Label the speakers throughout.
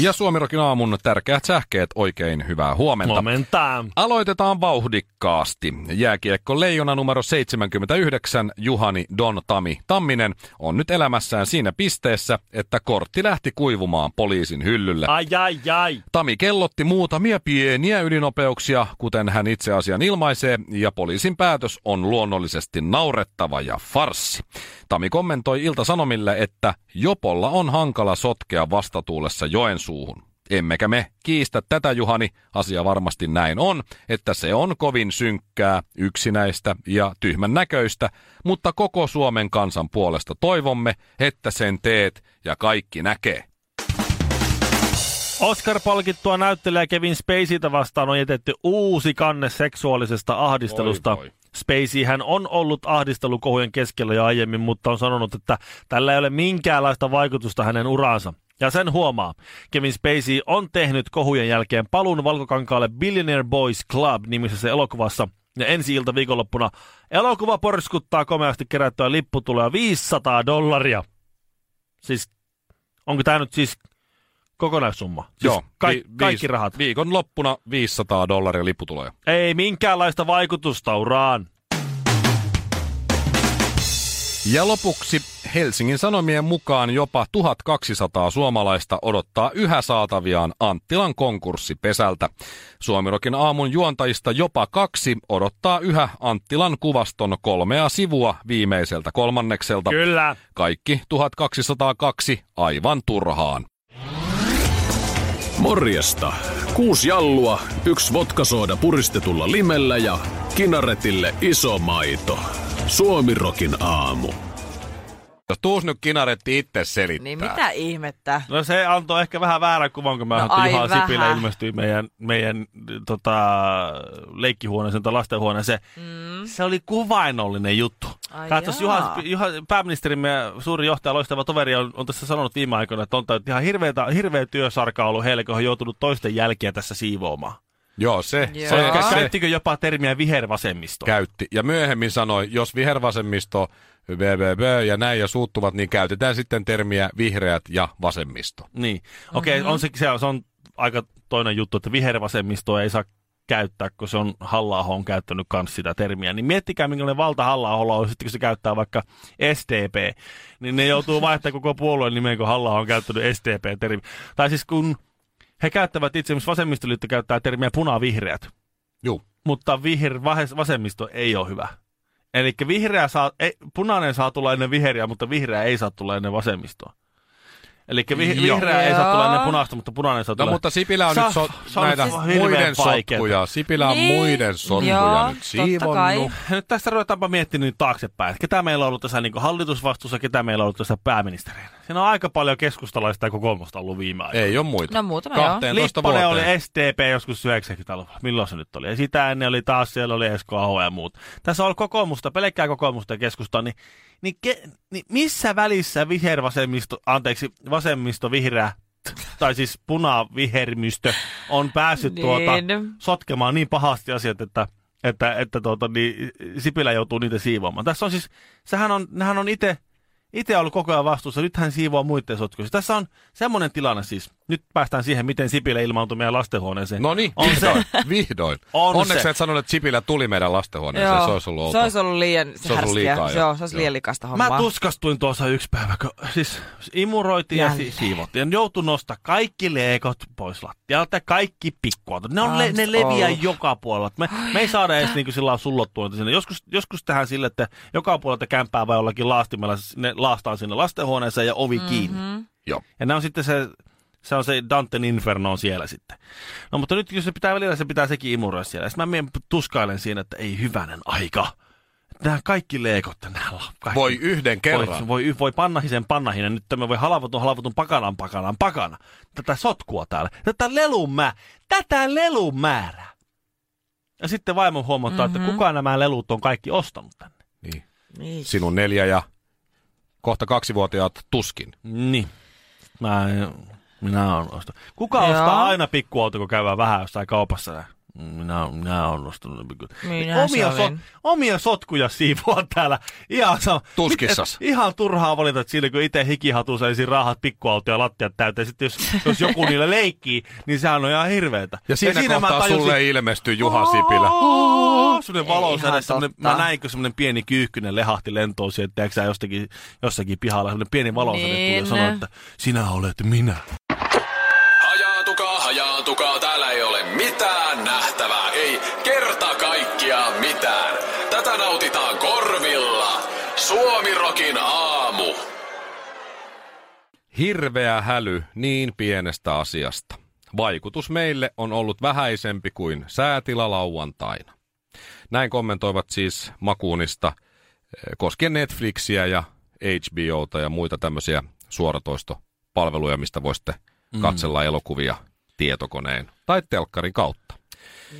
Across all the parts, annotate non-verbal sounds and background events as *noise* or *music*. Speaker 1: Ja Suomirokin aamun tärkeät sähkeet, oikein hyvää huomenta.
Speaker 2: Huomenta.
Speaker 1: Aloitetaan vauhdikkaasti. Jääkiekko leijona numero 79, Juhani Don Tami Tamminen, on nyt elämässään siinä pisteessä, että kortti lähti kuivumaan poliisin hyllylle.
Speaker 2: Ai, ai, ai.
Speaker 1: Tami kellotti muutamia pieniä ylinopeuksia, kuten hän itse asian ilmaisee, ja poliisin päätös on luonnollisesti naurettava ja farsi. Tami kommentoi Ilta-Sanomille, että Jopolla on hankala sotkea vastatuulessa Joensuuhun. Emmekä me kiistä tätä, Juhani. Asia varmasti näin on, että se on kovin synkkää, yksinäistä ja tyhmän näköistä, mutta koko Suomen kansan puolesta toivomme, että sen teet ja kaikki näkee.
Speaker 2: Oscar-palkittua näyttelijä Kevin Spaceyta vastaan on jätetty uusi kanne seksuaalisesta ahdistelusta.
Speaker 1: Voi voi.
Speaker 2: Spacey hän on ollut ahdistelukohujen keskellä jo aiemmin, mutta on sanonut, että tällä ei ole minkäänlaista vaikutusta hänen uraansa. Ja sen huomaa. Kevin Spacey on tehnyt kohujen jälkeen paluun valkokankaalle Billionaire Boys Club nimisessä elokuvassa. Ja ensi ilta viikonloppuna elokuva porskuttaa komeasti kerättyä lipputuloja 500 dollaria. Siis onko tämä nyt siis kokonaissumma? Siis Ka-
Speaker 1: vi- viis-
Speaker 2: kaikki rahat.
Speaker 1: Viikon loppuna 500 dollaria lipputuloja.
Speaker 2: Ei minkäänlaista vaikutusta uraan.
Speaker 1: Ja lopuksi Helsingin Sanomien mukaan jopa 1200 suomalaista odottaa yhä saataviaan Anttilan konkurssipesältä. Suomirokin aamun juontajista jopa kaksi odottaa yhä Anttilan kuvaston kolmea sivua viimeiseltä kolmannekselta.
Speaker 2: Kyllä.
Speaker 1: Kaikki 1202 aivan turhaan.
Speaker 3: Morjesta. Kuusi jallua, yksi vodkasooda puristetulla limellä ja kinaretille iso maito. Suomirokin aamu.
Speaker 1: Jos tuus nyt kinaretti itse selittää.
Speaker 4: Niin mitä ihmettä?
Speaker 2: No se antoi ehkä vähän väärän kuvan, kun mä
Speaker 4: No
Speaker 2: no, että
Speaker 4: ai
Speaker 2: Juha
Speaker 4: vähän.
Speaker 2: Sipilä ilmestyi meidän, meidän tota, leikkihuoneeseen tai lastenhuoneeseen. Mm. Se oli kuvainnollinen juttu.
Speaker 4: Ai
Speaker 2: Katsos,
Speaker 4: jaa.
Speaker 2: Juha, Sipi- Juha, pääministerimme ja suuri johtaja, loistava toveri on, on tässä sanonut viime aikoina, että on tää ihan hirveä, hirveä työsarka ollut heille, kun he on joutunut toisten jälkiä tässä siivoamaan.
Speaker 1: Joo, se,
Speaker 4: Joo.
Speaker 1: se,
Speaker 4: Kä-
Speaker 1: se,
Speaker 2: Käyttikö jopa termiä vihervasemmisto?
Speaker 1: käytti. Ja myöhemmin sanoi, jos vihervasemmisto, BBB ja näin ja suuttuvat, niin käytetään sitten termiä vihreät ja vasemmisto.
Speaker 2: Niin. Okei, okay, on se, se, on- se on aika toinen juttu, että vihervasemmistoa ei saa käyttää, kun se on halla on käyttänyt myös sitä termiä. Niin miettikää, minkälainen valta halla on, sitten kun se käyttää vaikka SDP, niin ne joutuu vaihtamaan koko puolueen nimeen, kun halla on käyttänyt SDP-termiä. Tai siis kun he käyttävät itse, esimerkiksi vasemmistoliitto käyttää termiä punavihreät,
Speaker 1: Juu.
Speaker 2: mutta viher, vahes- vasemmisto ei ole hyvä. Eli vihreä saa, ei, punainen saa tulla ennen vihreää, mutta vihreä ei saa tulla ennen vasemmistoa. Eli vi-
Speaker 1: Joo.
Speaker 2: vihreä ei saa
Speaker 4: Joo.
Speaker 2: tulla ennen punaista, mutta punainen saa
Speaker 1: No
Speaker 2: tulla.
Speaker 1: mutta Sipilä on
Speaker 2: Se
Speaker 1: nyt
Speaker 2: on-
Speaker 1: so-
Speaker 2: se on
Speaker 1: näitä
Speaker 2: siis hirveän
Speaker 1: muiden
Speaker 2: vaikeeta.
Speaker 1: sotkuja. Sipilä on
Speaker 4: Niin.
Speaker 1: muiden sotkuja
Speaker 4: Joo,
Speaker 1: nyt
Speaker 4: totta kai.
Speaker 1: siivonnut.
Speaker 2: Nyt tästä ruvetaanpa miettimään nyt taaksepäin, että ketä meillä on ollut tässä niin hallitusvastuussa, ketä meillä on ollut tässä pääministerinä. Siinä on aika paljon keskustalaista ja kokoomusta ollut viime aikoina.
Speaker 1: Ei ole muita.
Speaker 4: No muutama joo.
Speaker 1: 12
Speaker 2: Lipponen
Speaker 1: vuoteen.
Speaker 2: oli STP joskus 90-luvulla. Milloin se nyt oli? Ja sitä ennen oli taas, siellä oli Esko Aho ja muut. Tässä on kokoomusta, pelkkää kokoomusta ja keskustaa, niin, niin, ke, niin missä välissä vihervasemmisto, anteeksi, vasemmisto vihreä, tai siis punavihermistö on päässyt tuota,
Speaker 4: Niin.
Speaker 2: sotkemaan niin pahasti asiat, että, että, että tuota, niin Sipilä joutuu niitä siivoamaan. Tässä on siis, sehän on, nehän on itse itse ollut koko ajan vastuussa, nyt hän siivoaa muiden sotkuissa. Tässä on semmoinen tilanne siis, nyt päästään siihen, miten Sipilä ilmaantui meidän lastenhuoneeseen.
Speaker 1: No niin,
Speaker 2: On se.
Speaker 1: vihdoin. vihdoin.
Speaker 2: *laughs* On
Speaker 1: Onneksi
Speaker 2: se.
Speaker 1: et sanonut, että Sipilä tuli meidän lastenhuoneeseen. No Se olisi ollut
Speaker 4: se
Speaker 1: outoa.
Speaker 4: olisi ollut liian se
Speaker 1: olisi ollut
Speaker 4: härskiä.
Speaker 1: liikaa jo.
Speaker 4: Joo, se olisi
Speaker 1: Joo.
Speaker 4: liian likasta hommaa.
Speaker 2: Mä tuskastuin tuossa yksi päivä, kun siis imuroitiin ja si-
Speaker 4: Jälleen.
Speaker 2: siivottiin. Joutui nostaa kaikki leekot pois lattialta, kaikki pikkuautot. Ne, on le-
Speaker 4: Kans
Speaker 2: ne leviää
Speaker 4: ollut.
Speaker 2: joka puolella. Me, me ei saada edes niinku sillä lailla sullottua niitä sinne. Joskus, joskus tähän sille, että joka puolelta kämpää vai jollakin laastimella ne laastaan sinne lastenhuoneeseen ja ovi mm-hmm. kiinni.
Speaker 1: Joo.
Speaker 2: Ja ne on sitten se, se on se Danten Inferno on siellä sitten. No mutta nyt jos se pitää välillä, se pitää sekin imuroida siellä. Sitten mä menen tuskailen siinä, että ei hyvänen aika. nämä kaikki leikot tänään la- kaikki.
Speaker 1: Voi yhden kerran.
Speaker 2: Voi, voi, voi pannahisen pannahinen, nyt tämä voi halavutun halavutun pakanan pakanan pakana. Tätä sotkua täällä. Tätä lelun mä, tätä lelun määrää. Ja sitten vaimo huomauttaa, mm-hmm. että kuka nämä lelut on kaikki ostanut tänne.
Speaker 1: Niin.
Speaker 4: Niin.
Speaker 1: Sinun neljä ja kohta kaksivuotiaat tuskin.
Speaker 2: Niin. Mä, minä on ostanut. Kuka Joo.
Speaker 4: Joo.
Speaker 2: ostaa aina pikkuauto, kun käydään vähän jossain kaupassa? Minä, minä on ostanut. pikku- Niin,
Speaker 4: Minä
Speaker 2: omia,
Speaker 4: sovin.
Speaker 2: omia sotkuja siivoa täällä. Ihan, sama.
Speaker 1: Tuskissas.
Speaker 2: Miten- ihan turhaa valita, että siinä kun itse hikihatu saisi rahat pikkuautoja ja lattiat täyteen. Sitten jos, jos joku niillä leikkii, niin sehän on ihan hirveetä.
Speaker 1: Ja siinä, siinä kohtaa sulle ilmestyy Juha Sipilä.
Speaker 2: Semmoinen
Speaker 4: Ei
Speaker 2: valo
Speaker 4: ihan
Speaker 2: semmoinen,
Speaker 4: totta.
Speaker 2: mä näinkö semmoinen pieni kyyhkynen lehahti lentoon sieltä, tiedätkö sä, jostakin, jossakin pihalla, semmoinen pieni valo niin. tuli ja
Speaker 4: Niin.
Speaker 2: sanoi, että sinä olet minä.
Speaker 3: Hajaatukaa, hajaatukaa, täällä ei ole mitään nähtävää, ei kerta kaikkiaan mitään. Tätä nautitaan korvilla. Suomirokin aamu.
Speaker 1: Hirveä häly niin pienestä asiasta. Vaikutus meille on ollut vähäisempi kuin säätila lauantaina. Näin kommentoivat siis Makuunista eh, koskien Netflixiä ja HBOta ja muita tämmöisiä suoratoistopalveluja, mistä voisitte katsella elokuvia tietokoneen tai telkkarin kautta.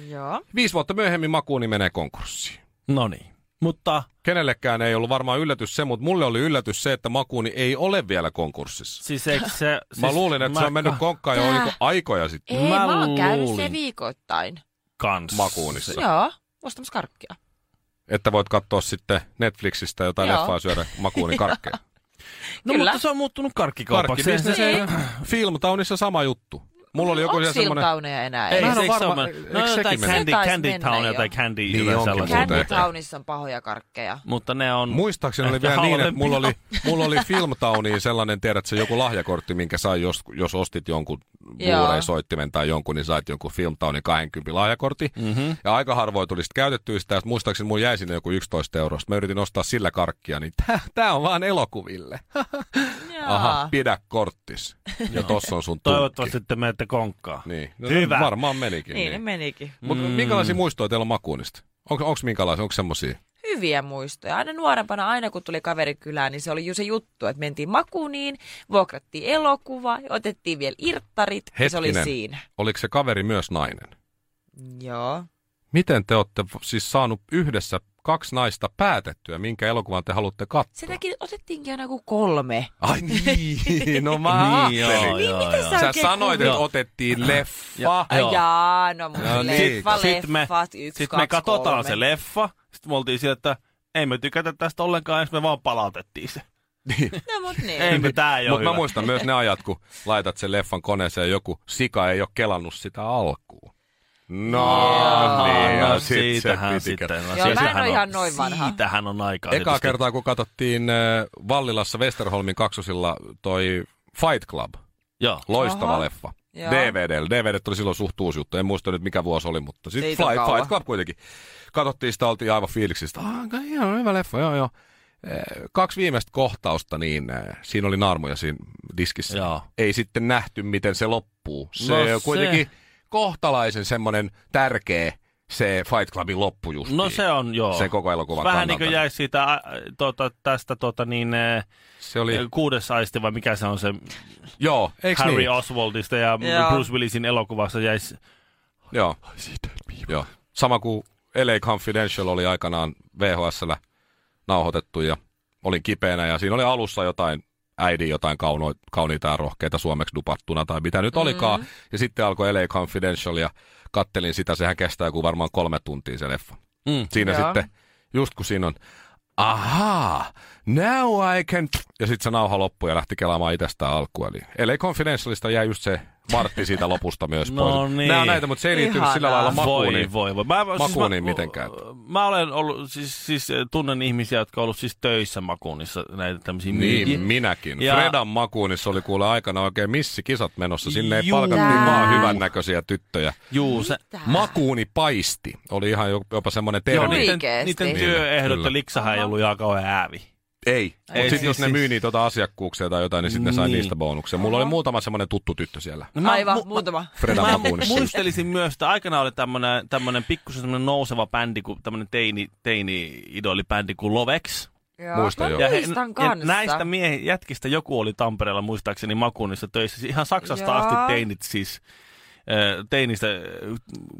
Speaker 4: Joo.
Speaker 1: Viisi vuotta myöhemmin Makuuni menee konkurssiin.
Speaker 2: No niin, mutta
Speaker 1: Kenellekään ei ollut varmaan yllätys se, mutta mulle oli yllätys se, että Makuuni ei ole vielä konkurssissa.
Speaker 2: siis eikö se... Siis
Speaker 1: Mä luulin, että se on mennyt konkkaan jo
Speaker 4: Tää.
Speaker 1: niinku aikoja sitten.
Speaker 4: Ei, mä,
Speaker 2: Mä
Speaker 4: mä oon käynyt
Speaker 2: luulin.
Speaker 4: se viikoittain.
Speaker 2: kanssa.
Speaker 1: makuunissa. Se-
Speaker 4: Joo, ostamassa karkkia.
Speaker 1: Että voit katsoa sitten Netflixistä jotain
Speaker 4: Joo.
Speaker 1: leffaa ja syödä
Speaker 4: *laughs*
Speaker 1: makuunin karkkeja.
Speaker 2: No
Speaker 4: Kyllä.
Speaker 2: mutta se on muuttunut karkkikaupaksi.
Speaker 1: Karkkibisnes ei.
Speaker 4: Niin.
Speaker 1: Filmtownissa sama juttu. Mulla oli joku
Speaker 4: Onko
Speaker 1: siellä
Speaker 4: siellä
Speaker 1: semmoinen...
Speaker 4: tauneja enää?
Speaker 2: Ei,
Speaker 1: Mä
Speaker 2: se,
Speaker 1: en ole
Speaker 2: eikö
Speaker 4: enää?
Speaker 2: se
Speaker 1: varma-
Speaker 2: ole mennyt? No
Speaker 1: eikö sekin
Speaker 2: jotain
Speaker 1: mennyt?
Speaker 2: Candy,
Speaker 4: Se taisi
Speaker 2: candy
Speaker 4: mennä
Speaker 2: Townia
Speaker 4: jo.
Speaker 2: tai Candy
Speaker 1: Niin
Speaker 2: jotain
Speaker 1: onkin
Speaker 2: sellaisia.
Speaker 1: muuten.
Speaker 4: Candy Townissa on pahoja karkkeja.
Speaker 2: Mutta ne on...
Speaker 1: Muistaakseni oli
Speaker 2: Ehkä
Speaker 1: vielä niin, että
Speaker 2: halvempi.
Speaker 1: mulla oli, mulla oli Filmtowniin sellainen, tiedät se joku lahjakortti, minkä sai, jos, jos ostit jonkun
Speaker 4: Joo.
Speaker 1: Blu-ray-soittimen tai jonkun, niin sait jonkun Filmtownin 20 lahjakortti. Mm-hmm. Ja aika harvoin tuli sitten käytettyä sitä. Sit Muistaakseni mulla jäi sinne joku 11 euroa. Sit Mä yritin ostaa sillä karkkia, niin tämä on vaan elokuville. Aha,
Speaker 4: Jaa.
Speaker 1: pidä korttis. Ja tossa on sun tukki.
Speaker 2: Toivottavasti te menette konkkaan.
Speaker 1: Niin. No,
Speaker 2: Hyvä.
Speaker 1: Varmaan menikin.
Speaker 4: Niin, ne
Speaker 1: Niin.
Speaker 4: menikin.
Speaker 1: Mutta minkälaisia muistoja teillä on makuunista? Onko minkälaisia? Onko semmoisia?
Speaker 4: hyviä muistoja. Aina nuorempana, aina kun tuli kaveri kylään, niin se oli ju se juttu, että mentiin makuniin, vuokrattiin elokuva, otettiin vielä irttarit ja se oli
Speaker 1: Hetkinen.
Speaker 4: siinä.
Speaker 1: Oliko se kaveri myös nainen?
Speaker 4: Joo.
Speaker 1: Miten te olette v- siis saanut yhdessä kaksi naista päätettyä, minkä elokuvan te haluatte katsoa?
Speaker 4: Senäkin otettiinkin aina kuin kolme.
Speaker 1: Ai niin,
Speaker 4: *laughs*
Speaker 1: no mä
Speaker 2: Niin,
Speaker 1: ajattelin.
Speaker 2: joo,
Speaker 4: Mitä
Speaker 2: joo.
Speaker 4: sä,
Speaker 1: Sä
Speaker 4: oikein
Speaker 1: sanoit,
Speaker 4: kuvit-
Speaker 1: että otettiin leffa.
Speaker 2: Joo.
Speaker 4: Jaa, no mutta
Speaker 1: No
Speaker 4: no,
Speaker 1: niin.
Speaker 4: leffa, leffa,
Speaker 2: Sitten me,
Speaker 4: leffat, yksi,
Speaker 2: sit
Speaker 4: kaksi,
Speaker 2: me katsotaan
Speaker 4: kolme.
Speaker 2: se leffa, sitten me oltiin sillä, että ei me tykätä tästä ollenkaan, jos me vaan palautettiin se.
Speaker 4: No mut niin.
Speaker 2: Ei me tää ei oo
Speaker 1: Mutta mä
Speaker 2: hyvä.
Speaker 1: muistan myös ne ajat, kun laitat sen leffan koneeseen ja joku sika ei ole kelannut sitä alkuun. No, niin, ja
Speaker 2: no,
Speaker 1: sit se
Speaker 2: siitähän
Speaker 1: piti
Speaker 2: sitten.
Speaker 1: kertoa.
Speaker 4: Joo, mä en
Speaker 2: siitähän
Speaker 4: oo
Speaker 2: on-
Speaker 4: ihan noin vanha.
Speaker 2: Siitähän on aikaa.
Speaker 1: Ekaa
Speaker 2: tietysti.
Speaker 1: kertaa, kun katsottiin äh, Vallilassa Westerholmin kaksosilla toi Fight Club,
Speaker 2: Joo.
Speaker 1: loistava
Speaker 4: Aha.
Speaker 1: leffa.
Speaker 4: Joo.
Speaker 1: DVD, DVD oli silloin suht uusi juttu, en muista nyt mikä vuosi oli, mutta sitten
Speaker 4: Siitä on
Speaker 1: Fight,
Speaker 4: kauan.
Speaker 1: Fight Club kuitenkin. Katsottiin sitä, oltiin aivan fiiliksistä, aika ihan hyvä leffa, joo joo. Eh, Kaksi viimeistä kohtausta, niin eh, siinä oli naarmuja siinä diskissä.
Speaker 2: Joo.
Speaker 1: Ei sitten nähty, miten se loppuu. Se
Speaker 2: No
Speaker 1: no on
Speaker 2: se-
Speaker 1: kuitenkin kohtalaisen semmoinen tärkeä se Fight Clubin loppu niin. justiin.
Speaker 2: No se on, joo.
Speaker 1: Sen koko elokuvan
Speaker 2: Vähän niin
Speaker 1: kannalta.
Speaker 2: kuin jäi siitä, ä, tota, tästä tota, niin, ä,
Speaker 1: Se oli,
Speaker 2: kuudes aisti, vai mikä se on se
Speaker 1: joo, eikö
Speaker 2: Harry
Speaker 1: niin?
Speaker 2: Oswaldista ja
Speaker 4: Joo.
Speaker 2: Bruce Willisin elokuvassa jäisi
Speaker 1: Joo. Joo. Sama kuin LA Confidential oli aikanaan VHSllä nauhoitettu ja olin kipeänä ja siinä oli alussa jotain äidin jotain kauno, kauniita ja rohkeita suomeksi dupattuna tai mitä nyt olikaan.
Speaker 2: Mm-hmm.
Speaker 1: Ja sitten alkoi LA Confidential ja kattelin sitä, sehän kestää kuin varmaan kolme tuntia se leffa.
Speaker 2: Mm.
Speaker 1: Siinä
Speaker 4: Joo.
Speaker 1: sitten, just kun siinä on, ahaa, now I can... Ja sitten se nauha loppui ja lähti kelaamaan itsestään alkuun. Eli LA Confidentialista jäi just se vartti siitä lopusta myös
Speaker 2: No
Speaker 1: pois.
Speaker 2: niin.
Speaker 1: Nämä on näitä, mutta se ei liittynyt
Speaker 4: Ihanaa.
Speaker 1: sillä lailla makuun. niin
Speaker 2: Voi, voi, voi. Mä,
Speaker 1: Makuuniin mitenkään.
Speaker 2: Mä olen ollut, siis, siis eh, tunnen ihmisiä, jotka on ollut siis töissä makuunissa näitä tämmöisiä
Speaker 1: Niin,
Speaker 2: myyjiä.
Speaker 1: minäkin.
Speaker 2: Ja-
Speaker 1: Ja... Fredan makuunissa oli kuule aikana oikein missikisat menossa. Sinne ei
Speaker 2: Juu.
Speaker 1: palkattiin vaan hyvännäköisiä tyttyjä.
Speaker 2: Juu, se,
Speaker 1: Makuuni paisti oli ihan jo- jopa semmoinen
Speaker 2: joo,
Speaker 1: termi.
Speaker 4: Oi.
Speaker 2: niiden,
Speaker 4: Oikeesti?
Speaker 2: niiden
Speaker 1: Niin,
Speaker 2: työehdot
Speaker 1: kyllä.
Speaker 2: ja liksahan ei ollut ihan kauhean äävi.
Speaker 1: Ei. Mutta
Speaker 2: Ei,
Speaker 1: sitten
Speaker 2: siis-
Speaker 1: jos ne
Speaker 2: siis-
Speaker 1: myy niitä tuota asiakkuuksia tai jotain, niin sitten ne sai
Speaker 2: Niin.
Speaker 1: niistä bonuksia. Mulla oli muutama semmoinen tuttu tyttö siellä.
Speaker 2: No
Speaker 4: Aivan,
Speaker 2: mu- mä-
Speaker 4: muutama.
Speaker 1: Freda
Speaker 2: Mä
Speaker 1: Makuunissa.
Speaker 2: muistelisin myös, että aikana oli tämmönen, tämmönen pikkusen semmonen nouseva bändi, kuin tämmönen teini, teini-idolibändi kuin Lovex.
Speaker 4: Joo.
Speaker 1: Muista
Speaker 4: Mä
Speaker 1: joo.
Speaker 2: he-
Speaker 4: muistan kanssa.
Speaker 2: näistä miehi, jätkistä joku oli Tampereella muistaakseni Makuunissa töissä. Siis Ihan Saksasta
Speaker 4: Joo.
Speaker 2: asti teinit siis ö, teinistä ö,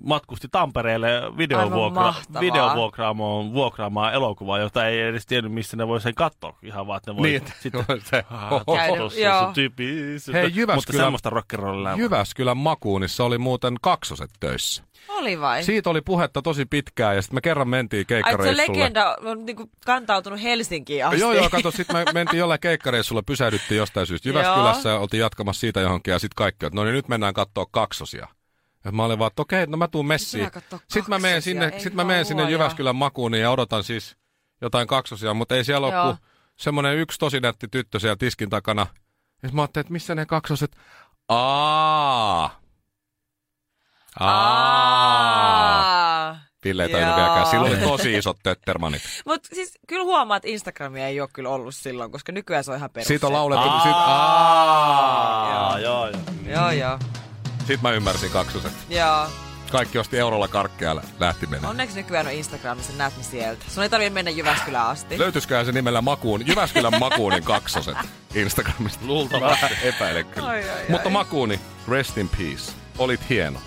Speaker 2: matkusti Tampereelle videovuokra,
Speaker 4: mahtavaa.
Speaker 2: videovuokraamoon vuokraamaan elokuvaa, jota ei edes tiennyt, missä ne voi sen katsoa. Ihan vaan, että ne voi
Speaker 1: Niin,
Speaker 2: sitten
Speaker 1: se-
Speaker 4: Käydä,
Speaker 2: Tossa
Speaker 4: joo.
Speaker 2: se tyyppi. se-
Speaker 1: Hei,
Speaker 2: Mutta
Speaker 1: Jyväskylän-
Speaker 2: semmoista rock'n'rollilla.
Speaker 1: Jyväskylän makuunissa oli muuten kaksoset töissä.
Speaker 4: Oli vai?
Speaker 1: Siitä oli puhetta tosi pitkään ja sitten me kerran mentiin
Speaker 4: Ai, että se
Speaker 1: keikkareissulle.
Speaker 4: legenda on niinku kantautunut Helsinkiin asti.
Speaker 1: Joo, joo, kato, sitten me mentiin jollain keikkareissulla, pysähdyttiin jostain syystä Jyväskylässä ja oltiin jatkamassa siitä johonkin ja sitten kaikki, että no niin nyt mennään katsoa kaksosia. Ja mä olin vaan, että okei, no mä tuun messiin.
Speaker 4: Nyt mennään kattoo
Speaker 1: Sitten mä menen
Speaker 4: kaksosia,
Speaker 1: sinne,
Speaker 4: ei
Speaker 1: sit mä menen sinne
Speaker 4: luoja.
Speaker 1: Jyväskylän makuun ja odotan siis jotain kaksosia, mutta ei siellä
Speaker 4: Joo.
Speaker 1: ole kuin semmoinen yksi tosi nätti tyttö siellä tiskin takana. Ja sit mä ajattelin, että missä ne kaksoset? Aa. Aa.
Speaker 4: Aa.
Speaker 1: Ville ei tajunnut
Speaker 4: Jaa.
Speaker 1: vieläkään. Sillä oli tosi isot töttermanit.
Speaker 4: Mut siis kyllä huomaat, että Instagramia ei ole kyllä ollut silloin, koska nykyään se on ihan perus.
Speaker 1: Siitä on laulettu. Sit,
Speaker 2: Aa, joo, joo.
Speaker 4: Joo, joo.
Speaker 1: sit mä ymmärsin kaksoset.
Speaker 4: Joo.
Speaker 1: Kaikki osti eurolla karkkeja lähti mennä.
Speaker 4: Onneksi nykyään on Instagramissa, näet ne sieltä. Sun ei tarvitse mennä Jyväskylään asti.
Speaker 1: Löytyisikään se nimellä Makuun, Jyväskylän Makuunin kaksoset Instagramista. Luultavasti. Epäilen kyllä.
Speaker 4: Ai, ai, ai.
Speaker 1: Mutta Makuuni, rest in peace. Olit hieno.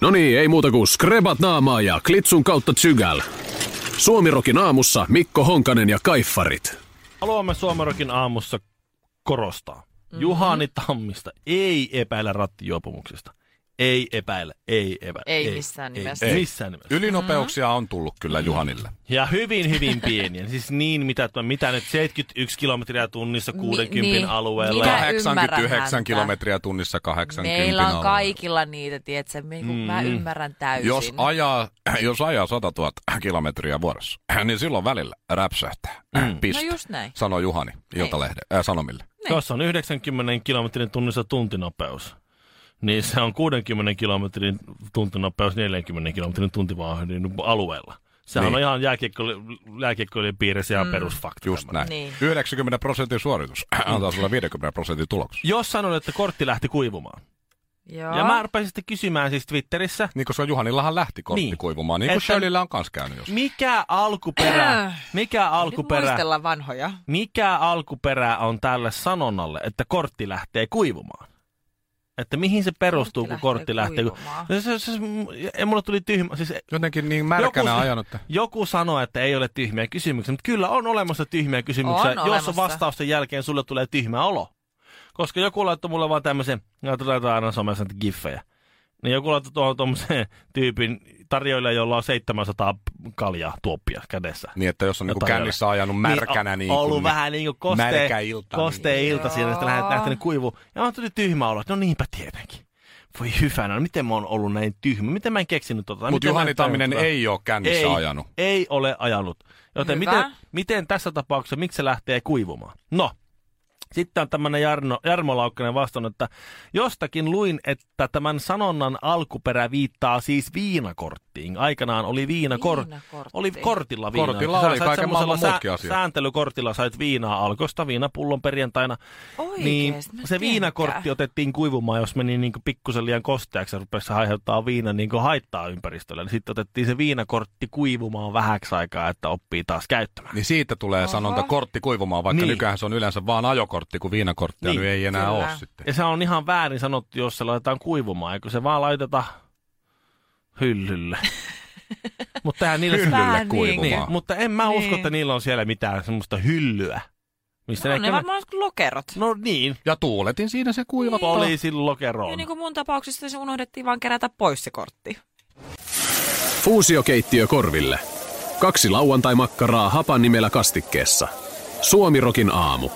Speaker 3: No niin, ei muuta kuin skrebat naamaa ja klitsun kautta tsygäl. Suomirokin aamussa Mikko Honkanen ja Kaiffarit.
Speaker 2: Haluamme Suomerokin aamussa korostaa.
Speaker 4: Mhm.
Speaker 2: Mm-hmm. Juhani Tammista ei epäillä rattijuopumuksesta. Ei epäillä, ei epäillä.
Speaker 4: Ei missään nimessä.
Speaker 2: Ei,
Speaker 4: Ei.
Speaker 2: missään nimessä.
Speaker 4: Mm-hmm.
Speaker 1: Ylinopeuksia on tullut kyllä Juhanille.
Speaker 2: Ja hyvin, hyvin pieniä. siis niin, mitä, mitä nyt 71 kilometriä tunnissa 60
Speaker 4: niin.
Speaker 2: alueella.
Speaker 4: Minä-
Speaker 2: Ja,
Speaker 1: 89
Speaker 4: ymmärrän
Speaker 1: kilometriä tunnissa 80
Speaker 4: Meillä on
Speaker 1: alla.
Speaker 4: kaikilla niitä, tietsä, me- kun mä
Speaker 2: Mm.
Speaker 4: ymmärrän täysin. No
Speaker 1: Jos ajaa, jos ajaa 100 000 kilometriä vuodessa, niin silloin välillä räpsähtää. Mm. Piste.
Speaker 4: No just Niin. näin.
Speaker 1: Sanoi Juhani Iltalehde, äh, Sanomille.
Speaker 4: Niin.
Speaker 2: jos on 90 kilometrin tunnissa tuntinopeus, niin se on 60 kilometrin tuntinopeus 40 kilometrin tuntivauhdin alueella. Sehän
Speaker 1: Niin.
Speaker 2: niin. on ihan jääkiekkoili- jääkiekkoilijan piirissä ihan mm. perusfakta.
Speaker 1: Just näin.
Speaker 4: Niin.
Speaker 1: 90 prosentin suoritus *clears throat* antaa sulle 50 prosentin tuloksen.
Speaker 2: Jos sanon, että kortti lähti kuivumaan.
Speaker 4: Joo.
Speaker 2: Ja mä rupesin sitten kysymään siis Twitterissä,
Speaker 1: Niin, koska Juhanillahan lähti kortti niin.
Speaker 2: Niin.
Speaker 1: kuivumaan, niin kuin
Speaker 2: Että-
Speaker 1: Shirleyllä on kans käynyt joskus.
Speaker 2: mikä alkuperä, mikä
Speaker 4: Äh. Nyt
Speaker 2: alkuperä,
Speaker 4: muistellaan vanhoja.
Speaker 2: mikä alkuperä on tälle sanonnalle, että kortti lähtee kuivumaan? Että mihin se perustuu, kun
Speaker 4: Kortti
Speaker 2: kortti lähtee
Speaker 4: lähtee kuivumaan.
Speaker 2: kuivumaan? Se, se, se, se, mulla tuli tyhmä, siis
Speaker 1: Jotenkin niin märkänä
Speaker 2: Joku-
Speaker 1: ajanut. että-
Speaker 2: joku sanoi, että ei ole tyhmiä kysymyksiä, mutta kyllä on olemassa tyhmiä kysymyksiä,
Speaker 4: On
Speaker 2: jos
Speaker 4: olemassa.
Speaker 2: vastausten jälkeen sulle tulee tyhmä olo. Koska joku laittoi mulle vaan tämmöisen, ja tulee aina somessa näitä giffejä. Niin joku laittoi tuohon tuommoisen tyypin tarjoilija, jolla on 700 kaljaa tuoppia kädessä.
Speaker 1: Niin, että jos on niinku
Speaker 2: Jotain
Speaker 1: kännissä ajanut märkänä niin,
Speaker 2: o-
Speaker 1: kuin,
Speaker 2: ollut vähän niin kuin
Speaker 1: märkä
Speaker 2: kostea
Speaker 1: ilta,
Speaker 2: kostea
Speaker 1: niin.
Speaker 2: ilta siinä, että lähdet lähtenyt kuivuun. Ja on tuli tyhmä olo, että no niinpä tietenkin. Voi hyvänä, no miten mä oon ollut näin tyhmä, miten mä en keksinyt tota. tai
Speaker 1: Mutta
Speaker 2: miten mä en
Speaker 1: Juhani Tamminen
Speaker 2: tajunnut tota?
Speaker 1: ei ole kännissä
Speaker 2: ei,
Speaker 1: ajanut.
Speaker 2: Ei ole ajanut. Joten
Speaker 4: Hyvä.
Speaker 2: miten, miten, tässä tapauksessa, miksi se lähtee kuivumaan? No, sitten on tämmöinen Jarno, Jarmo Laukkanen vastannut, että jostakin luin, että tämän sanonnan alkuperä viittaa siis viinakorttiin. Aikanaan oli viinakor...
Speaker 4: Viinakortti.
Speaker 2: Oli kortilla viinaa.
Speaker 1: Kortilla
Speaker 2: Sä
Speaker 1: oli
Speaker 2: sait
Speaker 1: kaiken
Speaker 2: semmoisella
Speaker 1: maailman muutkin asiat.
Speaker 2: Sääntelykortilla sait viinaa alkosta, viinapullon perjantaina.
Speaker 4: Oikeesti,
Speaker 2: niin
Speaker 4: mä en
Speaker 2: se
Speaker 4: tiennytkään.
Speaker 2: viinakortti otettiin kuivumaan, jos meni niin pikkusen liian kosteaksi ja rupesi aiheuttaa viina niin haittaa ympäristölle. Niin sitten otettiin se viinakortti kuivumaan vähäksi aikaa, että oppii taas käyttämään.
Speaker 1: Niin siitä tulee Oho. sanonta kortti kuivumaan, vaikka niin.
Speaker 2: Niin.
Speaker 1: nykyään se on yleensä vaan ajokortti, kun viinakorttia
Speaker 2: Niin,
Speaker 1: niin. ei enää
Speaker 4: kyllä.
Speaker 1: ole sitten.
Speaker 2: Ja se on ihan väärin sanottu, jos se laitetaan kuivumaan, eikö se vaan laiteta
Speaker 4: *laughs*
Speaker 2: hyllylle. Mutta tehdään niillä
Speaker 1: Hyllylle
Speaker 4: Vähän
Speaker 1: kuivumaan.
Speaker 2: Niin, mutta en mä niin. usko,
Speaker 4: Niin.
Speaker 2: että niillä on siellä mitään semmoista hyllyä. Mistä
Speaker 4: No,
Speaker 2: ne
Speaker 4: ne varmaan on lokerot.
Speaker 2: no niin,
Speaker 1: Ja tuuletin siinä se kuivattaa.
Speaker 2: poliisin
Speaker 4: Ja
Speaker 2: lokeroon.
Speaker 4: niin kuin mun tapauksessa se unohdettiin vaan kerätä pois se kortti.
Speaker 3: Fuusiokeittiö Korville. Kaksi lauantai-makkaraa hapan nimellä kastikkeessa. Suomirokin aamu.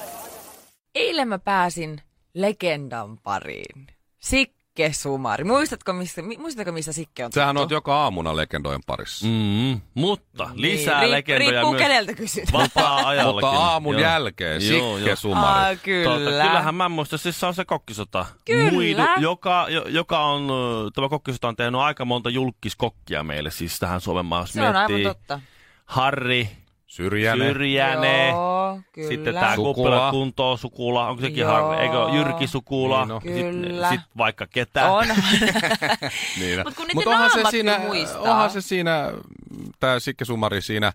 Speaker 4: Eilen mä pääsin legendan pariin. Sikke Sumari. Muistatko, missä, mi- muistatko, missä Sikke on
Speaker 1: Sähän
Speaker 4: tuttu?
Speaker 1: oot joka aamuna legendojen parissa.
Speaker 2: Mm, mutta lisää
Speaker 4: Niin, riip-
Speaker 2: legendoja
Speaker 4: Riippuu
Speaker 2: myös
Speaker 4: keneltä kysyt.
Speaker 2: vapaa-ajallakin.
Speaker 1: Mutta aamun
Speaker 2: Joo.
Speaker 1: jälkeen,
Speaker 2: Joo,
Speaker 1: sikke
Speaker 2: joo.
Speaker 1: sumari.
Speaker 4: Aa, kyllä.
Speaker 2: Tuota, kyllähän mä muistan, siis se on se kokkisota.
Speaker 4: Kyllä.
Speaker 2: joka, jo- joka on, ö, tämä kokkisota on tehnyt aika monta julkiskokkia meille siis tähän Suomen maassa.
Speaker 4: se on aivan
Speaker 2: Miettii
Speaker 4: totta.
Speaker 2: Harri,
Speaker 1: Syrjäne.
Speaker 2: Syrjäne.
Speaker 4: Joo, kyllä.
Speaker 2: Sitten tämä
Speaker 1: Sukula.
Speaker 2: kuppila kuntoon sukula, onko sekin
Speaker 4: Joo.
Speaker 2: harvi, eikö Jyrki sukula,
Speaker 1: Niin on.
Speaker 4: Kyllä.
Speaker 2: Sit, sit vaikka ketä.
Speaker 4: On. *laughs*
Speaker 1: Niin.
Speaker 4: Mut kun niiden naamat
Speaker 1: siinä,
Speaker 4: kyllä muistaa.
Speaker 1: onhan se siinä, tämä Sikke Sumari siinä,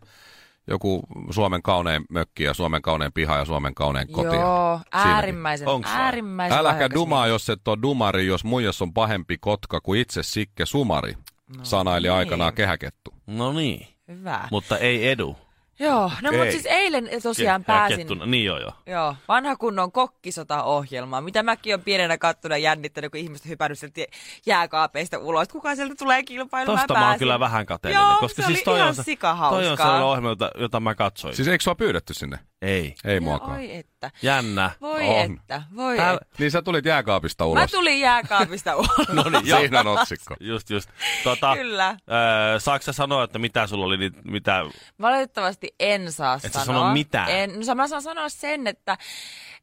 Speaker 1: joku Suomen kaunein mökki ja Suomen kaunein piha ja Suomen kaunein koti.
Speaker 4: Joo,
Speaker 1: Siinäkin.
Speaker 4: äärimmäisen,
Speaker 2: Onks vai?
Speaker 4: äärimmäisen
Speaker 1: Äläkä
Speaker 4: lahjakas
Speaker 1: dumaa, jos et ole dumari, jos muijas on pahempi kotka kuin itse Sikke Sumari, no, sanaili
Speaker 4: niin.
Speaker 1: aikanaan kehäkettu.
Speaker 2: No niin,
Speaker 4: nimi. Hyvä.
Speaker 2: mutta ei edu.
Speaker 4: Joo, no
Speaker 2: Ei.
Speaker 4: mutta siis eilen tosiaan
Speaker 2: Ke-
Speaker 4: pääsin
Speaker 2: Kettuna. Niin joo joo.
Speaker 4: Joo, vanha kunnon kokkisotaohjelma, mitä mäkin on pienenä kattuna jännittänyt, kun ihmiset on hypännyt sieltä jääkaapeista ulos. Kuka sieltä tulee kilpailemaan
Speaker 2: Tosta mä oon
Speaker 4: pääsin.
Speaker 2: kyllä vähän kateellinen,
Speaker 4: Joo,
Speaker 2: koska
Speaker 4: se
Speaker 2: siis
Speaker 4: oli
Speaker 2: toi
Speaker 4: ihan
Speaker 2: on, se- toi on
Speaker 4: sikahauskaa.
Speaker 2: sellainen ohjelma, jota, jota mä katsoin. Siis...
Speaker 1: Siis eikö sua pyydetty sinne?
Speaker 2: Ei,
Speaker 1: Ei
Speaker 4: Joo,
Speaker 1: muakaan.
Speaker 4: Oi että,
Speaker 2: jännä.
Speaker 4: voi
Speaker 1: On.
Speaker 4: että, voi
Speaker 2: Täällä-
Speaker 4: että.
Speaker 1: Niin sä tulit jääkaapista ulos.
Speaker 4: Mä
Speaker 1: *laughs*
Speaker 4: tulin
Speaker 2: *laughs*
Speaker 4: jääkaapista ulos.
Speaker 2: No
Speaker 4: *laughs*
Speaker 2: niin, joo.
Speaker 1: Siinä on otsikko.
Speaker 2: Just, just. Tota,
Speaker 4: Kyllä.
Speaker 2: Öö, saatko sä sanoa, että mitä sulla oli, niin mitä...
Speaker 4: Valitettavasti en saa
Speaker 2: sä
Speaker 4: sanoa.
Speaker 2: sano mitään.
Speaker 4: En, no sä- mä saan sanoa sen, että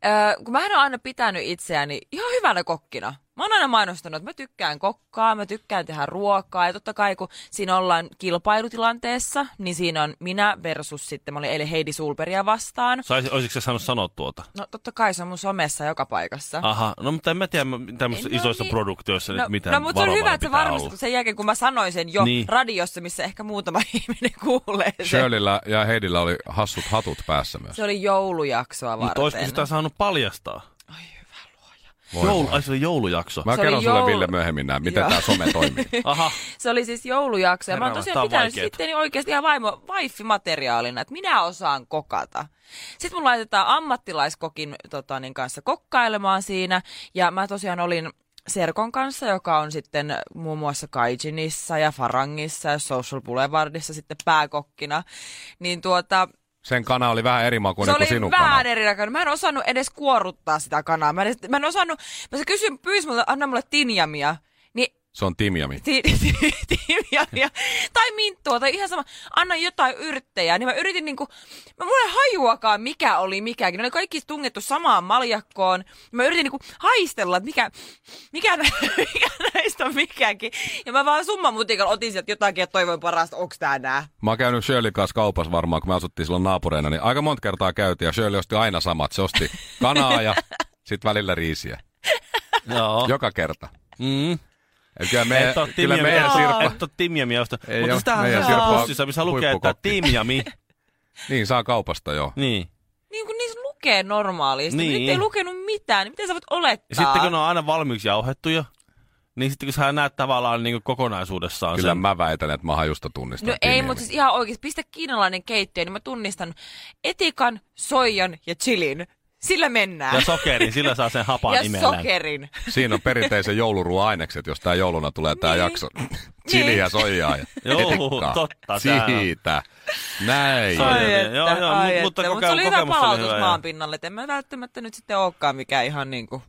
Speaker 4: ö, kun mä oon aina pitänyt itseäni ihan hyvänä kokkina. Mä oon aina mainostanut, että mä tykkään kokkaa, mä tykkään tehdä ruokaa ja totta kai kun siinä ollaan kilpailutilanteessa, niin siinä on minä versus sitten, mä olin eilen Heidi Sulperia vastaan.
Speaker 2: Sais, olisitko sä saanut sanoa tuota?
Speaker 4: No totta kai se on mun somessa joka paikassa.
Speaker 2: Aha, no mutta en mä tiedä mä- tämmöisissä
Speaker 4: No
Speaker 2: isoissa
Speaker 4: niin.
Speaker 2: produktioissa,
Speaker 4: No,
Speaker 2: nyt mitä
Speaker 4: no mutta se on
Speaker 2: varovainen
Speaker 4: hyvä, että se
Speaker 2: pitää
Speaker 4: varmasti
Speaker 2: olla.
Speaker 4: sen jälkeen, kun mä sanoin sen jo
Speaker 2: Niin.
Speaker 4: niin. radiossa, missä ehkä muutama *laughs* ihminen kuulee sen.
Speaker 1: Shirleyllä ja Heidillä oli hassut hatut päässä myös.
Speaker 4: Se oli joulujaksoa varten.
Speaker 2: Mutta olisiko sitä saanut paljastaa?
Speaker 1: Voi
Speaker 2: Joulu, ai se oli joulujakso.
Speaker 1: Mä
Speaker 4: Se
Speaker 1: kerron
Speaker 4: oli
Speaker 1: sulle
Speaker 4: joulu-
Speaker 1: Ville myöhemmin näin, miten
Speaker 4: Joo.
Speaker 1: tämä
Speaker 4: *laughs*
Speaker 1: some toimii.
Speaker 2: Aha,
Speaker 4: Se oli siis joulujakso ja mä oon
Speaker 2: Herra,
Speaker 4: tosiaan
Speaker 2: tää on
Speaker 4: pitänyt
Speaker 2: vaikeeta.
Speaker 4: sitten niin oikeasti ihan vaimo, vaiffimateriaalina, että minä osaan kokata. Sitten mun laitetaan ammattilaiskokin tota, niin kanssa kokkailemaan siinä ja mä tosiaan olin Serkon kanssa, joka on sitten muun muassa Kaijinissa ja Farangissa ja Social Boulevardissa sitten pääkokkina, niin tuota,
Speaker 1: Sen kana oli vähän eri
Speaker 4: se
Speaker 1: makuinen
Speaker 4: oli
Speaker 1: kuin sinun
Speaker 4: vähän
Speaker 1: kana.
Speaker 4: erinäköinen. Mä en osannut edes kuorruttaa sitä kanaa. Mä en, edes- mä en osannut, mä se kysyin, pyysi mulle, anna mulle tinjamia, niin
Speaker 1: Se on timjami.
Speaker 4: ti- *laughs* ti- timjaria tai minttua tai ihan sama, anna jotain yrttejä, niin mä yritin niinku, mä mulla ei hajuakaan mikä oli mikäkin, ne oli kaikki tungettu samaan maljakkoon, mä yritin niinku haistella, että mikä, mikä, nä- *laughs* mikä näistä on mikäkin, ja mä vaan summan mutikalla otin sieltä jotakin ja toivoin parasta, onks tää nää.
Speaker 1: Mä oon käynyt Shirley kanssa kaupassa varmaan, kun me asuttiin silloin naapureina, niin aika monta kertaa käytiin ja Shirley osti aina samat. Se osti kanaa
Speaker 4: *laughs*
Speaker 1: ja sit välillä riisiä.
Speaker 2: *laughs* joo.
Speaker 1: Joka kerta.
Speaker 2: Oh. Mm.
Speaker 1: Et kyllä, me,
Speaker 2: et oo
Speaker 1: kyllä
Speaker 2: timjami-
Speaker 1: meidän
Speaker 2: et-
Speaker 1: sirppa,
Speaker 2: Et ole timjami osta.
Speaker 1: Ei
Speaker 2: Mutta
Speaker 1: oo,
Speaker 2: sitähän
Speaker 1: meidän
Speaker 2: on siellä
Speaker 1: Sirppa on
Speaker 2: pussissa, missä lukee, että
Speaker 1: huippukokki. *laughs*
Speaker 2: timjami.
Speaker 1: niin saa kaupasta joo.
Speaker 2: Niin.
Speaker 4: Niin kun niissä lukee normaalisti,
Speaker 2: Niin.
Speaker 4: niin. nyt ei lukenut mitään, niin miten sä voit
Speaker 2: Ja
Speaker 4: olettaa?
Speaker 2: sitten kun ne on aina valmiiksi jauhettuja, niin sitten kun sä näet tavallaan niin kokonaisuudessaan
Speaker 1: Kyllä
Speaker 2: sen.
Speaker 1: mä väitän, että mä hajusta tunnistan
Speaker 4: No ei,
Speaker 1: timjami.
Speaker 4: mutta siis ihan oikeasti, pistä kiinalainen keittiö, niin mä tunnistan etikan, soijan ja chilin. Sillä mennään.
Speaker 2: Ja sokerin, sillä saa sen hapan
Speaker 4: ja
Speaker 2: imelleen.
Speaker 4: sokerin.
Speaker 1: Siinä on perinteisen jouluruoan ainekset, jos tää jouluna tulee tää
Speaker 4: Niin.
Speaker 1: jakso. *laughs* Chiliä, soijaa ja
Speaker 2: Joo,
Speaker 1: etikkaa.
Speaker 2: totta, tää on.
Speaker 1: Siitä. Näin.
Speaker 2: Ai,
Speaker 4: Ai
Speaker 2: että,
Speaker 4: että,
Speaker 2: joo, joo,
Speaker 4: ai
Speaker 2: mut-
Speaker 4: että.
Speaker 2: mutta
Speaker 4: mutta
Speaker 2: kokemus
Speaker 4: se oli hyvä
Speaker 2: oli hyvä,
Speaker 4: palautus
Speaker 2: joo.
Speaker 4: maan pinnalle, että en mä välttämättä nyt sitten olekaan mikään ihan niinku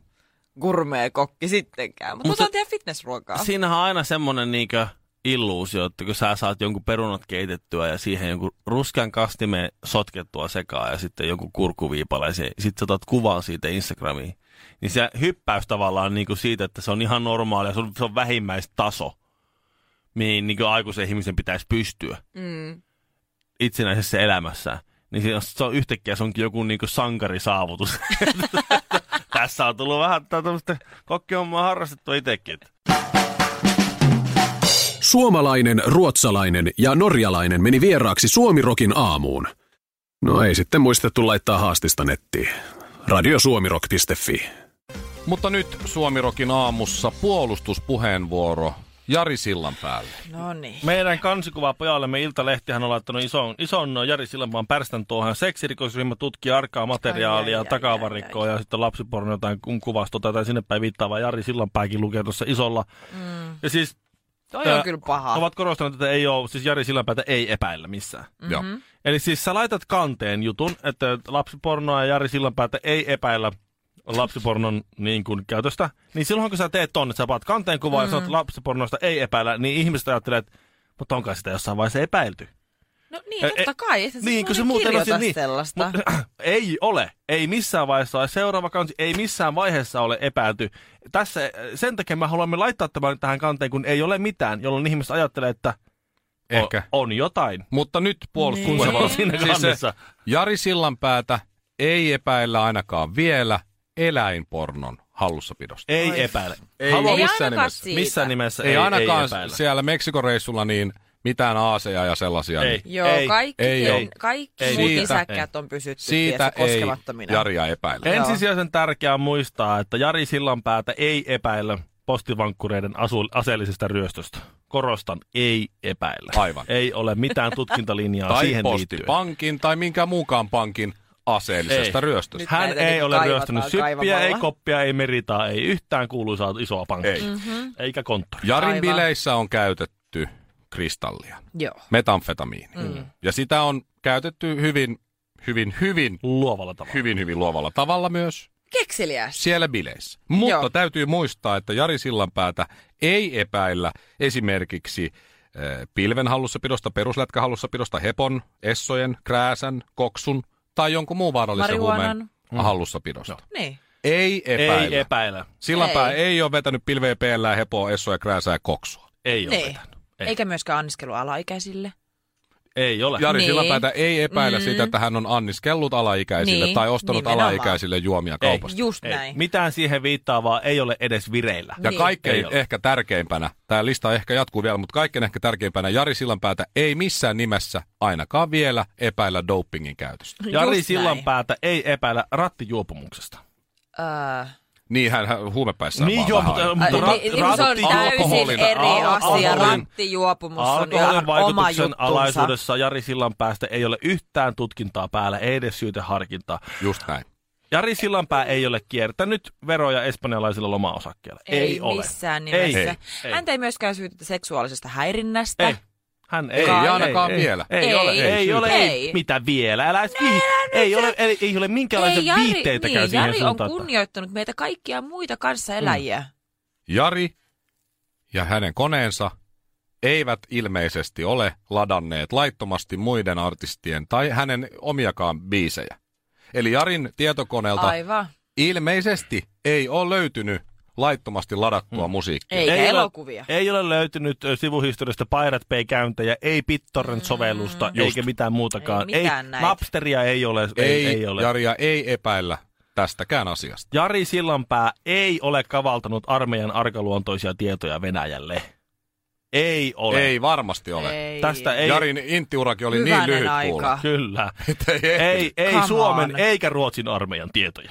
Speaker 4: gourmet-kokki sittenkään.
Speaker 2: Mutta-
Speaker 4: Mutta Mut osaan tehdä fitnessruokaa. Si-
Speaker 2: Siinähän on aina semmoinen niinkö illuusio, että kun sä saat jonkun perunat keitettyä ja siihen jonkun ruskean kastimeen sotkettua sekaan ja sitten jonkun kurkkuviipale ja se- sit sä otat kuvan siitä Instagramiin. Niin se hyppäys tavallaan niinku siitä, että se on ihan normaalia, se on, se on vähimmäistaso, mihin niinku aikuisen ihmisen pitäisi pystyä
Speaker 4: mm.
Speaker 2: itsenäisessä elämässään. Niin se, se on yhtäkkiä se onkin joku niinku sankarisaavutus. *laughs* Tässä on tullut vähän tämmöistä kokkihommaa harrastettua itsekin.
Speaker 5: Suomalainen, ruotsalainen ja norjalainen meni vieraaksi Suomirokin aamuun. No ei sitten muistettu laittaa haastista nettiin. Radiosuomirok.fi
Speaker 1: Mutta nyt Suomirokin aamussa puolustuspuheenvuoro Jari Sillan päälle.
Speaker 4: No niin.
Speaker 2: Meidän kansikuva pojallemme Iltalehtihän on laittanut ison, ison Jari Silmaan pärstän tuohon. Seksirikosryhmä tutkii arkaa materiaalia,
Speaker 4: Ai, ai,
Speaker 2: ai,
Speaker 4: ai,
Speaker 2: takavarikkoa
Speaker 4: ai,
Speaker 2: ja sitten lapsiporno jotain kun kuvastoa tai sinne päin viittaava Jari Sillanpääkin lukee tuossa isolla. Mm. Ja siis
Speaker 4: Toi on
Speaker 2: Ää,
Speaker 4: kyllä paha.
Speaker 2: ovat korostaneet, että ei ole, siis Jari Sillanpäätä ei epäillä missään.
Speaker 1: Mm-hmm. Joo.
Speaker 2: Eli siis sä laitat kanteen jutun, että lapsipornoa ja Jari Sillanpäätä ei epäillä lapsipornon niin kuin käytöstä, niin silloin kun sä teet ton, että sä paat kanteen kuvaa mm. ja sanot että lapsipornosta ei epäillä, niin ihmiset ajattelee, että mutta onkaan sitä jossain vaiheessa epäilty.
Speaker 4: No
Speaker 2: Ä-
Speaker 4: niin, totta
Speaker 2: ä-
Speaker 4: kai. Eihän
Speaker 2: niin, kun se
Speaker 4: muuten
Speaker 2: muuten on
Speaker 4: kirjoita
Speaker 2: siinä- niin,
Speaker 4: sellaista.
Speaker 2: Mut, *clears throat* ei ole. Ei missään vaiheessa ole. Seuraava kansi ei missään vaiheessa ole epäilty. Tässä, sen takia me haluamme laittaa tämän tähän kanteen, kun ei ole mitään, jolloin ihmiset ajattelee, että
Speaker 1: Ehkä.
Speaker 2: O, on jotain.
Speaker 1: Mutta nyt puolustus.
Speaker 2: Kun Siis se
Speaker 4: Niin.
Speaker 2: on siinä kannessa.
Speaker 1: Jari Sillanpäätä ei epäillä ainakaan vielä eläinpornon hallussapidosta.
Speaker 2: Ei epäile.
Speaker 6: Ei,
Speaker 4: Haluan- Ei
Speaker 6: missään
Speaker 4: ainakaan
Speaker 6: nimessä.
Speaker 4: siitä.
Speaker 2: Missään nimessä
Speaker 1: Ei, ei ainakaan
Speaker 2: ei epäillä.
Speaker 1: siellä Meksikon reissulla niin mitään aaseja ja sellaisia.
Speaker 2: Ei.
Speaker 1: Niin
Speaker 4: Joo,
Speaker 2: Ei,
Speaker 4: kaikki,
Speaker 1: ei,
Speaker 4: on,
Speaker 1: ei.
Speaker 4: kaikki
Speaker 2: Ei,
Speaker 4: muut
Speaker 1: siitä,
Speaker 4: nisäkkäät on pysytty
Speaker 1: Siitä
Speaker 4: tiedätkö,
Speaker 1: ei
Speaker 4: koskemattomina.
Speaker 1: Jaria epäillä.
Speaker 4: Joo.
Speaker 2: Ensisijaisen tärkeää muistaa, että Jari Sillanpäätä ei epäillä postivankkureiden asu- aseellisesta ryöstöstä. Korostan, ei epäillä.
Speaker 1: Aivan.
Speaker 2: Ei ole mitään tutkintalinjaa
Speaker 1: *laughs* tai
Speaker 2: siihen liittyen.
Speaker 1: postipankin tai minkään muunkaan pankin aseellisesta
Speaker 2: Ei.
Speaker 1: ryöstöstä.
Speaker 4: Nyt
Speaker 2: Hän
Speaker 4: näitä
Speaker 2: ei
Speaker 4: niinku
Speaker 2: ole
Speaker 4: kaivataan
Speaker 2: ryöstänyt syppiä,
Speaker 4: kaivamalla.
Speaker 2: ei koppia, ei meritaa, ei yhtään kuuluisaa isoa pankkia.
Speaker 1: Ei.
Speaker 4: Mhm.
Speaker 2: Eikä konttoria.
Speaker 1: Jarin
Speaker 4: Aivan.
Speaker 1: bileissä on käytetty kristallia,
Speaker 4: Joo.
Speaker 1: metamfetamiini. Mm. Ja sitä on käytetty hyvin, hyvin, hyvin,
Speaker 2: Luovalla tavalla.
Speaker 1: hyvin, hyvin luovalla tavalla myös
Speaker 4: Kekseliäs.
Speaker 1: siellä bileissä. Mutta
Speaker 4: Joo.
Speaker 1: täytyy muistaa, että Jari Sillanpäätä ei epäillä esimerkiksi eh, pilven hallussapidosta, peruslätkä hallussapidosta, hepon, essojen, krääsän, koksun tai jonkun muun vaarallisen
Speaker 4: Marihuanan.
Speaker 1: huumeen hallussapidosta.
Speaker 4: Niin.
Speaker 1: Ei epäillä.
Speaker 2: Ei epäillä.
Speaker 1: Sillanpää ei.
Speaker 4: Ei.
Speaker 1: ei ole vetänyt pilveä peellää, hepoa, essoa ja krääsää ja koksua.
Speaker 2: Ei ole.
Speaker 4: Niin.
Speaker 2: Ei.
Speaker 4: Eikä myöskään anniskelu alaikäisille.
Speaker 2: Ei ole.
Speaker 1: Jari
Speaker 4: Niin.
Speaker 1: Sillanpäätä ei epäillä mm. sitä, että hän on anniskellut alaikäisille
Speaker 4: Niin,
Speaker 1: tai ostanut
Speaker 4: nimenomaan.
Speaker 1: alaikäisille juomia
Speaker 2: Ei.
Speaker 1: kaupasta.
Speaker 4: Just
Speaker 2: Ei.
Speaker 4: näin.
Speaker 2: Mitään siihen viittaavaa ei ole edes vireillä.
Speaker 1: Ja
Speaker 4: Niin.
Speaker 1: kaikkein
Speaker 2: Ei ole.
Speaker 1: ehkä tärkeimpänä, tämä lista ehkä jatkuu vielä, mutta kaikkein ehkä tärkeimpänä Jari Sillanpäätä ei missään nimessä ainakaan vielä epäillä dopingin käytöstä.
Speaker 2: Jari
Speaker 4: *laughs* Just
Speaker 2: Sillanpäätä ei epäillä rattijuopumuksesta.
Speaker 4: Öö,
Speaker 1: Niin hän, hän huumepäissään
Speaker 2: Niin
Speaker 1: vaan
Speaker 2: joo,
Speaker 1: vähän
Speaker 2: mutta,
Speaker 1: aikaa.
Speaker 4: Ai,
Speaker 2: mutta
Speaker 4: niin, niin, se on täysin
Speaker 1: alkoholin-
Speaker 4: eri
Speaker 2: al-
Speaker 4: asia.
Speaker 2: alkoholin-
Speaker 4: Rattijuopumus on ihan
Speaker 2: Alkoholin
Speaker 4: oma
Speaker 2: vaikutuksen
Speaker 4: juttunsa.
Speaker 2: alaisuudessa Jari Sillanpäästä ei ole yhtään tutkintaa päällä, ei edes syyteharkintaa.
Speaker 1: Just näin.
Speaker 2: Jari Sillanpää ei ole kiertänyt veroja espanjalaisilla lomaosakkeilla. Ei,
Speaker 4: Ei
Speaker 2: ole.
Speaker 4: missään
Speaker 2: Ei,
Speaker 4: nimessä. Äh.
Speaker 2: ei.
Speaker 4: Häntä ei myöskään syytetä seksuaalisesta häirinnästä.
Speaker 2: Ei. Hän ei,
Speaker 1: Ei ainakaan
Speaker 2: ei,
Speaker 1: vielä.
Speaker 2: Ei, ei,
Speaker 4: Ei.
Speaker 2: ole, ei,
Speaker 4: Ei.
Speaker 2: ole, ei.
Speaker 4: Ei.
Speaker 2: mitä vielä, älä edes vihi. Ei ole, ei, ei ole minkäänlaisia
Speaker 4: Ei, Jari,
Speaker 2: viitteitäkään
Speaker 4: niin,
Speaker 2: siihen
Speaker 4: Jari on
Speaker 2: suuntaan. että- Mm.
Speaker 4: kunnioittanut meitä kaikkia muita kanssaeläjiä.
Speaker 1: Jari ja hänen koneensa eivät ilmeisesti ole ladanneet laittomasti muiden artistien tai hänen omiakaan biisejä. Eli Jarin tietokoneelta
Speaker 4: Aivan.
Speaker 1: ilmeisesti ei ole löytynyt laittomasti
Speaker 2: Hmm.
Speaker 1: ladattua musiikkia.
Speaker 4: Eikä
Speaker 2: ole-
Speaker 4: elokuvia.
Speaker 2: ei ole löytynyt ö, sivuhistoriasta Pirate Bay-käyntejä, ei BitTorrent-sovellusta, mm, eikä mitään muutakaan.
Speaker 4: Ei mitään näitä.
Speaker 2: Napsteria ei ole.
Speaker 1: Ei,
Speaker 2: ei, ei ole.
Speaker 1: Jaria ei epäillä tästäkään asiasta.
Speaker 2: Jari Sillanpää ei ole kavaltanut armeijan arkaluontoisia tietoja Venäjälle. Ei ole.
Speaker 1: Ei varmasti ole.
Speaker 4: Ei.
Speaker 2: Tästä ei.
Speaker 1: Jarin intiurakin oli
Speaker 4: Hyvänen
Speaker 1: niin lyhyt
Speaker 4: aika.
Speaker 1: kuulla. *laughs*
Speaker 4: *laughs*
Speaker 2: Kyllä.
Speaker 1: että ei
Speaker 2: Ei, ei
Speaker 4: Come
Speaker 2: Suomen
Speaker 4: on.
Speaker 2: eikä Ruotsin armeijan tietoja.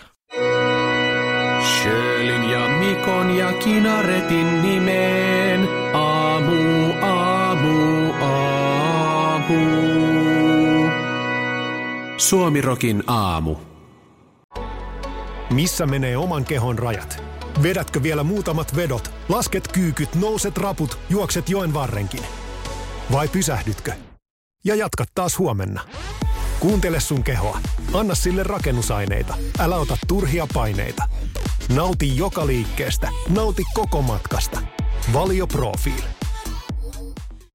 Speaker 5: Sjölin ja Mikon ja Kinaretin nimeen. Aamu, aamu, aamu. Suomirokin aamu.
Speaker 7: Missä menee oman kehon rajat? Vedätkö vielä muutamat vedot? Lasket kyykyt, nouset raput, juokset joen varrenkin. Vai pysähdytkö? Ja jatka taas huomenna. Kuuntele sun kehoa. Anna sille rakennusaineita. Älä ota turhia paineita. Nauti joka liikkeestä. Nauti koko matkasta. Valio Profiil.